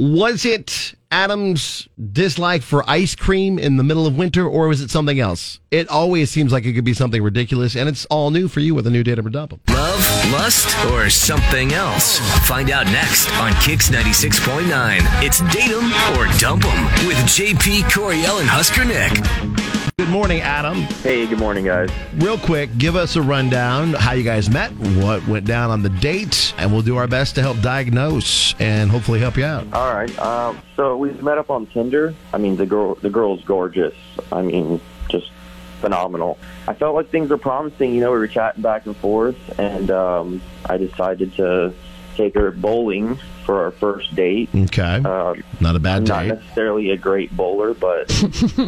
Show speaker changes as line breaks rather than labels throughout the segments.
Was it Adam's dislike for ice cream in the middle of winter, or was it something else? It always seems like it could be something ridiculous, and it's all new for you with a new datum or double.
Love, lust, or something else? Find out next on Kix 96.9. It's Date 'em or Dump 'em with JP Coriel and Husker Nick.
Good morning, Adam.
Hey, good morning, guys.
Real quick, give us a rundown how you guys met, what went down on the date, and we'll do our best to help diagnose and hopefully help you out.
All right. Um, so we met up on Tinder. I mean, the girl, the girl's gorgeous. I mean, just phenomenal. I felt like things were promising. You know, we were chatting back and forth, and um, I decided to take her bowling for our first date.
Okay.
Uh,
Um,
Not a bad
I'm not
date.
necessarily a great bowler, but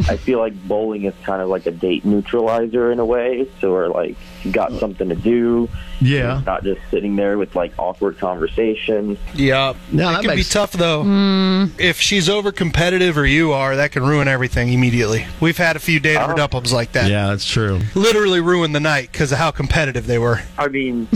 I feel like bowling is kind of like a date neutralizer in a way. So we're like, you got something to do.
Yeah.
Not just sitting there with like awkward conversation.
Yeah,
No,
it
that
can
makes- Hmm.
be tough though. If she's over competitive or you are, that can ruin everything immediately. We've had a few data doubles like that.
Uh-huh. Yeah, that's true.
Literally ruined the night because of how competitive they were.
I mean,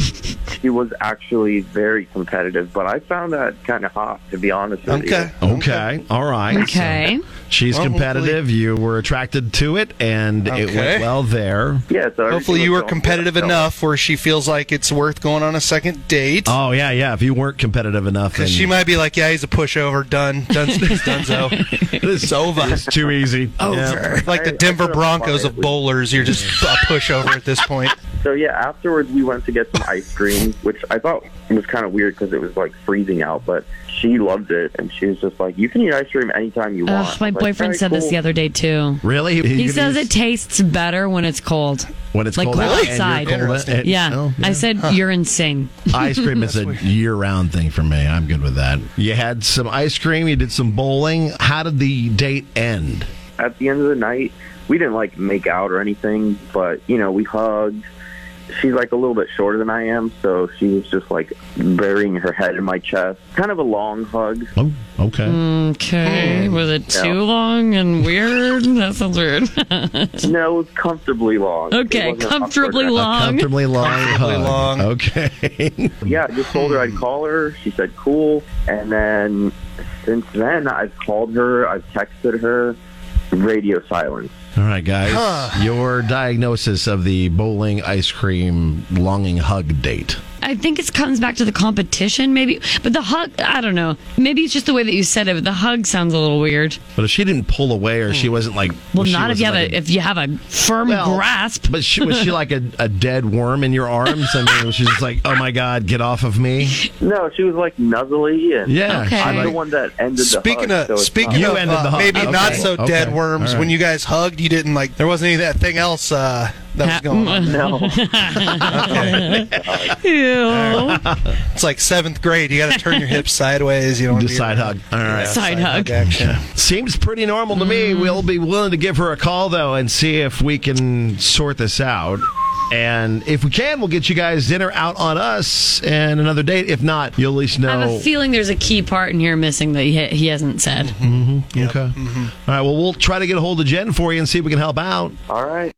she was actually very competitive, but I found that kind of hot, to be honest with you.
Okay.
Okay. All right.
Okay.
So she's
Well,
competitive. You were attracted to it, and it
Okay.
went well there.
Yeah, so
Hopefully
everything
you
was
were
going
competitive
well.
enough where she feels like it's worth going on a second date.
Oh yeah, yeah. If you weren't competitive enough, then
'Cause she might be like, "Yeah, he's a pushover. Done. Done. Dunzo.
it's
over.
It's too easy. Yeah.
Like the
I- I
Denver
could've
Broncos of
quietly-
bowlers, you're just a pushover at this point.
So yeah, afterwards we went to get some ice cream, which I thought was kind of weird because it was like freezing out, but she loved it, and she was just like, "You can eat ice cream anytime you want."
Ugh, my
I'm like,
boyfriend
"Alright,
said this
cool."
the other day too.
Really?
He says it tastes better when it's cold.
when it's
like
cold,
cold
out and you're
outside.
cold out- and-
Yeah.
oh,
I said you're insane.
ice cream is a year-round thing for me. I'm good with that. You had some ice cream. You did some bowling. How did the date end?
At the end of the night, we didn't like make out or anything, but you know we hugged. She's like a little bit shorter than I am, so she was just like burying her head in my chest. Kind of a long hug.
Oh, okay.
Mm. Okay. Was it too
Yeah.
long and weird? That sounds weird.
No, it was comfortably long. It
okay.
wasn't
Comfortably
awkward.
long.
Comfortably long.
Comfortably
hug.
long.
Okay.
Yeah, I just told her I'd call her. She said cool, and then since then I've called her, I've texted her. Radio silence.
All right, guys. Your diagnosis of the bowling ice cream longing hug date.
I think it comes back to the competition, maybe. But the hug, I don't know. Maybe it's just the way that you said it. But the hug sounds a little weird.
But if she didn't pull away or she wasn't like
Hmm. Well,
she
not if you have
wasn't like
a if you have a firm
Well,
grasp.
But she, was she like a, a dead worm in your arms? I mean, was she just like, oh my God, get off of me?
No, she was like nuzzly, and
Yeah.
Okay.
she
I'm
like-
the one that ended
Speaking
the hug.
of
so it's
speaking
not-
You
of
ended
uh,
the hug.
maybe
Okay.
not so
Okay.
dead worms,
All right.
when you guys hugged, you didn't like there wasn't anything else uh, that was going on.
no.
Okay.
Ew.
it's like seventh grade. You got to turn your hips sideways. You don't wanna be-
Just side hug. All right.
Side hug.
action.
Seems pretty normal to me. We'll be willing to give her a call, though, and see if we can sort this out. And if we can, we'll get you guys dinner out on us and another date. If not, you'll at least know.
I have a feeling there's a key part in here missing that he, he hasn't said.
Okay. All right. Well, we'll try to get a hold of Jen for you and see if we can help out.
All right.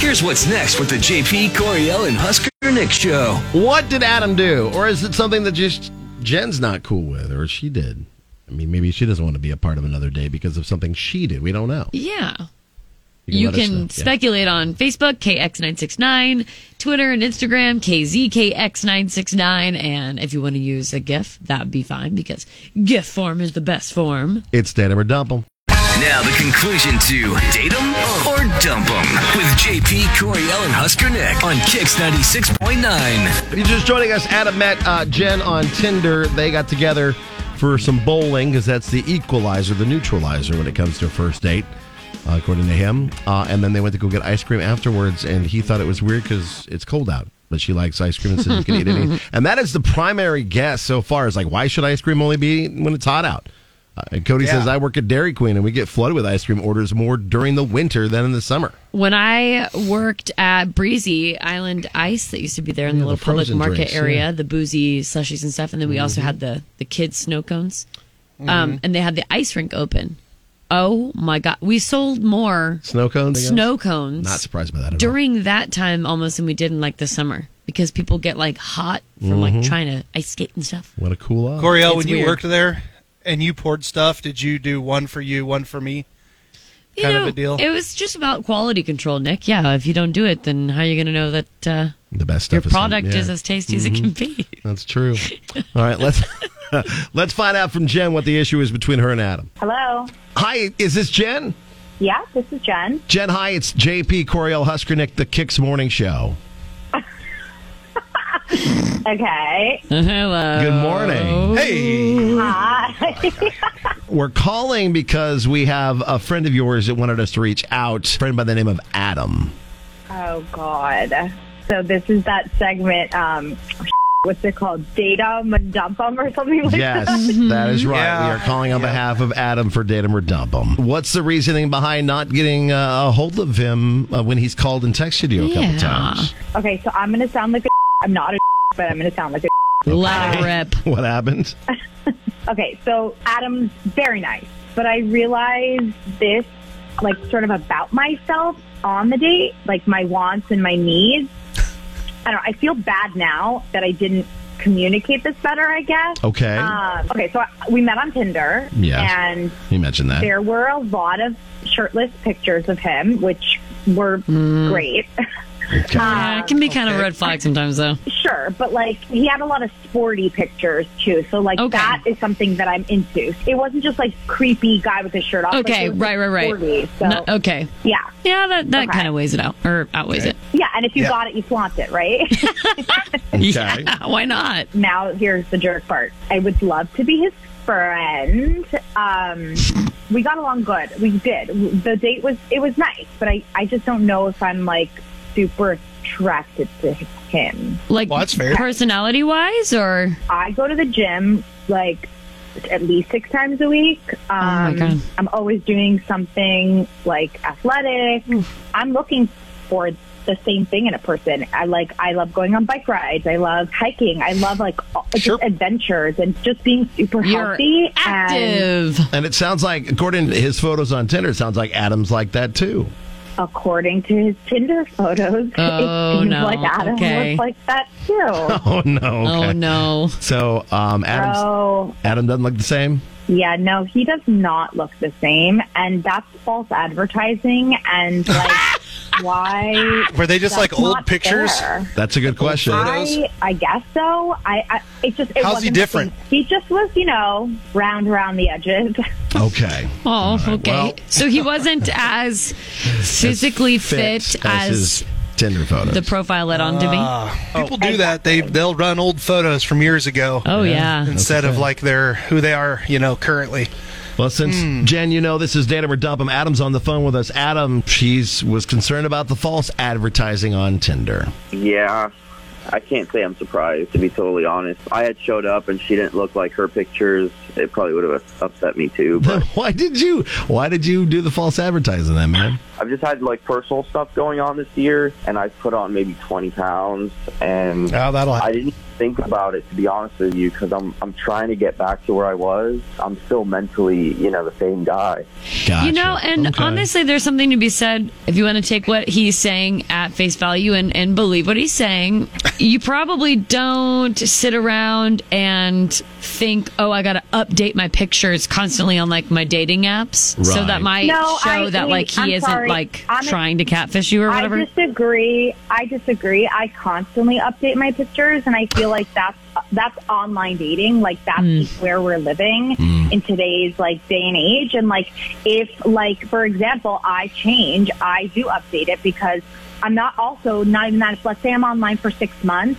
Here's what's next with the JP Coriel and Husker Nick show.
What did Adam do? Or is it something that just Jen's not cool with or she did? I mean, maybe she doesn't want to be a part of another day because of something she did. We don't know.
Yeah. You
let us
can
know. Yeah.
speculate on Facebook, KX969, Twitter and Instagram, KZKX969. And if you want to use a GIF, that would be fine because GIF form is the best form.
It's Datum or Dump 'em.
Now the conclusion to Date 'em or Dump 'em with JP Coriel and Husker Nick on Kix 96.9.
If you're just joining us, Adam met uh, Jen on Tinder. They got together for some bowling because that's the equalizer, the neutralizer when it comes to a first date, uh, according to him. Uh, and then they went to go get ice cream afterwards, and he thought it was weird because it's cold out. But she likes ice cream and says you can eat anything. And that is the primary guess so far is like, why should ice cream only be eaten when it's hot out? Uh, and Cody
Yeah.
says, I work at Dairy Queen and we get flooded with ice cream orders more during the winter than in the summer.
When I worked at Breezy Island Ice, that used to be there in the little public
frozen
market
drinks,
area,
yeah. Mm-hmm.
the boozy slushies and stuff. And then we also had the, the kids' snow cones. Um, and they had the ice rink open. Oh my God. We sold more
Snow cones? I guess?
snow cones.
Not surprised by that at all.
during that time almost than we did in like the summer because people get like hot from like trying to ice skate and stuff.
What a cool off.
Coriel, when
It's
you
weird.
worked there and you poured stuff, did you do one for you, one for me?
You
Kind
know,
of a deal.
It was just about quality control, Nick. Yeah, if you don't do it, then how are you going to know that uh,
the best
your
stuff is
product
yeah.
is as tasty as it can be?
That's true. All right, let's let's find out from Jen what the issue is between her and Adam.
Hello.
Hi, is this Jen?
Yeah, this is Jen.
Jen, hi, it's JP Coriel Huskernick, the Kicks Morning Show.
Okay.
Hello.
Good morning.
Hey,
We're calling because we have a friend of yours that wanted us to reach out, a friend by the name of Adam.
Oh God. So this is that segment. Um, what's it called? Datum and dumpum or something like
Yes,
that.
that is right. We
Yeah.
are calling on behalf of Adam for Datum or Dump Him. What's the reasoning behind not getting uh, a hold of him uh, when he's called and texted you a couple
Yeah.
times?
Okay, so I'm gonna sound like a. I'm not a, but I'm gonna sound like a.
Loud rep.
What happened?
Okay, so Adam's very nice, but I realized this, like, sort of about myself on the date, like my wants and my needs. I don't know. I feel bad now that I didn't communicate this better. I guess.
Okay.
Um, okay, so I, we met on Tinder.
Yes.
And
you mentioned that.
there were a lot of shirtless pictures of him, which were great.
Okay.
Uh,
Yeah, Uh, it can be kind of
okay.
red flag sometimes, though.
sure, but like he had a lot of sporty pictures too. So like
Okay.
that is something that I'm into. It wasn't just like creepy guy with his shirt off. like,
Okay,
it was,
right,
like,
right, right.
Sporty, so
No- oh. okay.
yeah,
Yeah, that, that
Okay.
kind of weighs it out or outweighs it.
yeah. And if you
Yeah.
got it, you flaunt it, right?
Okay.
Yeah, why not?
now here's the jerk part. I would love to be his friend. Um, we got along good. We did. The date was it was nice, but I I just don't know if I'm like super attracted to him.
Like,
Well, that's fair.
personality wise, or
I go to the gym like at least six times a week. Um,
Oh my God.
I'm always doing something like athletic. I'm looking for the same thing in a person. I like I love going on bike rides. I love hiking. I love like all-
Sure.
just adventures and just being super
you're
healthy and
active.
And it sounds like, according to his photos on Tinder, it sounds like Adam's like that too.
according to his Tinder photos,
Oh,
it seems
no.
like Adam
Okay.
looks like that too.
Oh no!
Oh,
okay.
no.
So um, Adam's
oh
Adam doesn't look the same.
Yeah, no, he does not look the same, and that's false advertising. And like, why?
were they just
that's
like old
not
pictures?
fair.
That's a good question.
photo.
I, I guess so. I, I it just it
How's he
wasn't
different?
He just was, you know, round around the edges.
Okay.
Oh, okay.
well-
so he wasn't as physically fit,
Fits
as,
his Ah, Tinder photos.
the profile led on to be.
People do that. They they'll run old photos from years ago.
Oh, yeah.
Instead of like their who they are, you know, currently.
well, since
Hmm.
Jen, you know this is Datum or Dump 'Em, Adam's on the phone with us. Adam, she's was concerned about the false advertising on Tinder.
Yeah, I can't say I'm surprised to be totally honest. I had showed up and she didn't look like her pictures. It probably would have upset me too. But
why did you? Why did you do the false advertising, then, man?
I've just had like personal stuff going on this year, and I put on maybe 20 pounds, and
Oh, that'll
I
happen.
didn't think about it to be honest with you because I'm I'm trying to get back to where I was. I'm still mentally, you know, the same guy.
Gotcha.
You know, and
Okay.
honestly, there's something to be said if you want to take what he's saying at face value and, and believe what he's saying. You probably don't sit around and think, oh, I got to update my pictures constantly on like my dating apps. So
Right.
that might
No,
show
I-
that like he
I'm
isn't
sorry.
like
I'm-
trying to catfish you or whatever.
I disagree. I disagree. I constantly update my pictures, and I feel like that's that's online dating. Like that's
Hmm.
where we're living in today's like day and age. And like if like for example, I change, I do update it because I'm not also not even that. If let's say I'm online for six months.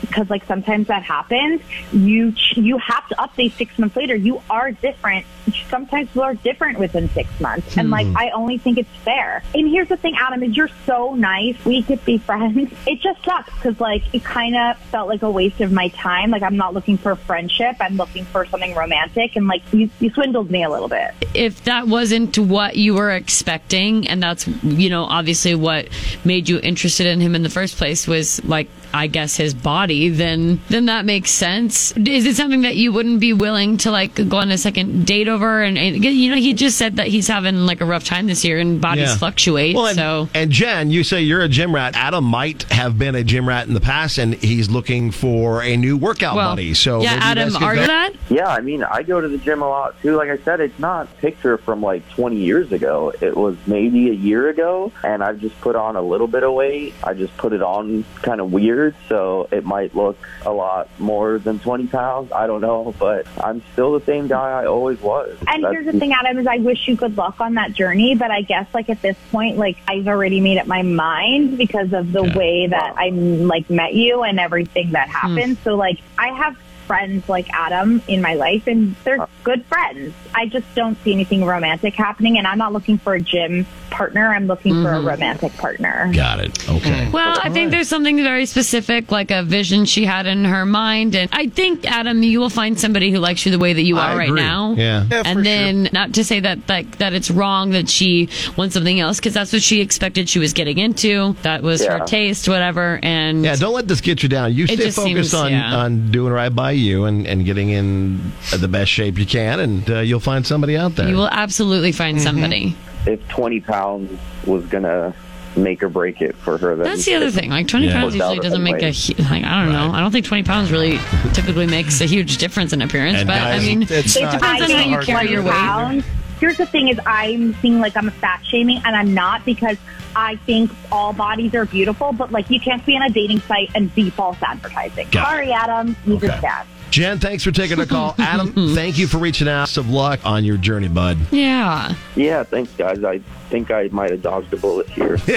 Because like sometimes that happens, you ch- you have to update six months later. You are different. Sometimes people are different within six months, and like I only think it's fair. And here's the thing, Adam, is you're so nice. We could be friends. It just sucks because like it kind of felt like a waste of my time. Like I'm not looking for friendship. I'm looking for something romantic, and like you, you swindled me a little bit.
if that wasn't what you were expecting and that's you know obviously what made you interested in him in the first place was like i guess his body somebody, then then that makes sense. Is it something that you wouldn't be willing to like go on a second date over? And, and you know, he just said that he's having like a rough time this year, and bodies
Yeah.
fluctuate.
Well, and,
so
and Jen, you say you're a gym rat. Adam might have been a gym rat in the past, and he's looking for a new workout
well,
buddy. So maybe
yeah,
you guys
Adam,
could
are
go-
you that?
Yeah, I mean, I go to the gym a lot too. Like I said, it's not a picture from like 20 years ago. It was maybe a year ago, and I've just put on a little bit of weight. I just put it on kind of weird, so it might look a lot more than 20 pounds. I don't know, but I'm still the same guy I always was.
And
That's-
here's the thing, Adam, is I wish you good luck on that journey, but I guess like at this point, like I've already made up my mind because of the way that I like met you and everything that happened. So like I have friends like Adam in my life and they're good friends. I just don't see anything romantic happening and I'm not looking for a gym partner. I'm looking for a romantic partner.
Got it. Okay.
Well, I think there's something very specific, like a vision she had in her mind, and I think Adam, you will find somebody who likes you the way that you
I
are right
agree.
now.
Yeah.
Yeah, for
and then not to say that like that it's wrong that she wants something else because that's what she expected she was getting into. That was her
Yeah.
taste, whatever. And
Yeah, don't let this get you down. You stay
just
focused
seems-
on,
yeah.
on doing right by you and, and getting in the best shape you can, and uh, you'll find somebody out there.
you will absolutely find
Mm-hmm.
somebody.
if 20 pounds was gonna make or break it for her, then
That's the other thing. Like twenty
Yeah.
pounds usually
Without
doesn't make a
weight.
hu- like I don't know. I don't think twenty pounds really typically makes a huge difference in appearance.
And
but I
guys-
mean,
It's
it
not-
depends on
it's
how
not
you
hard to
carry
do.
your weight.
pounds. Here's the thing: is I'm seeing like I'm fat shaming, and I'm not because I think all bodies are beautiful, but like you can't be on a dating site and be false advertising.
Got it.
Sorry, Adam, you
Okay.
just that.
Jen, thanks for taking the call. Adam, thank you for reaching out. Best of luck on your journey, bud.
Yeah.
yeah. Thanks, guys. I think I might have dodged a bullet here. I-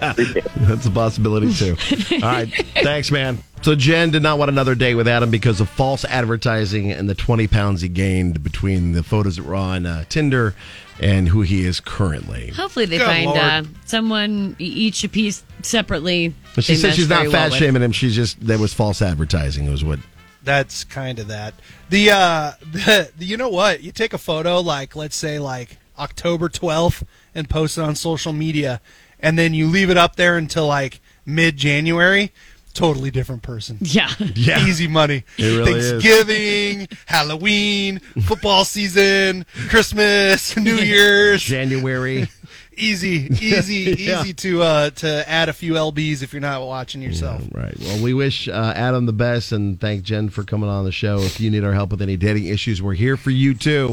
I appreciate it.
That's a possibility, too. All right. Thanks, man. So, Jen did not want another date with Adam because of false advertising and the 20 pounds he gained between the photos that were on uh, Tinder and who he is currently.
Hopefully they
Good
find
Lord.
uh, someone e- each a piece separately.
But she
they
said
mesh
she's not
very well
fat
with.
shaming him. She's just, there was false advertising, was what.
That's kind of that. The, uh, the you know what? You take a photo like let's say like October 12th and post it on social media and then you leave it up there until like mid-January, totally different person.
Yeah.
Yeah.
Easy money.
It really is.
Thanksgiving, Halloween, football season, Christmas, New Year's.
January.
Easy, easy,
Yeah.
easy to uh, to add a few lbs if you're not watching yourself.
Right. Well, we wish uh, Adam the best and thank Jen for coming on the show. If you need our help with any dating issues, we're here for you too.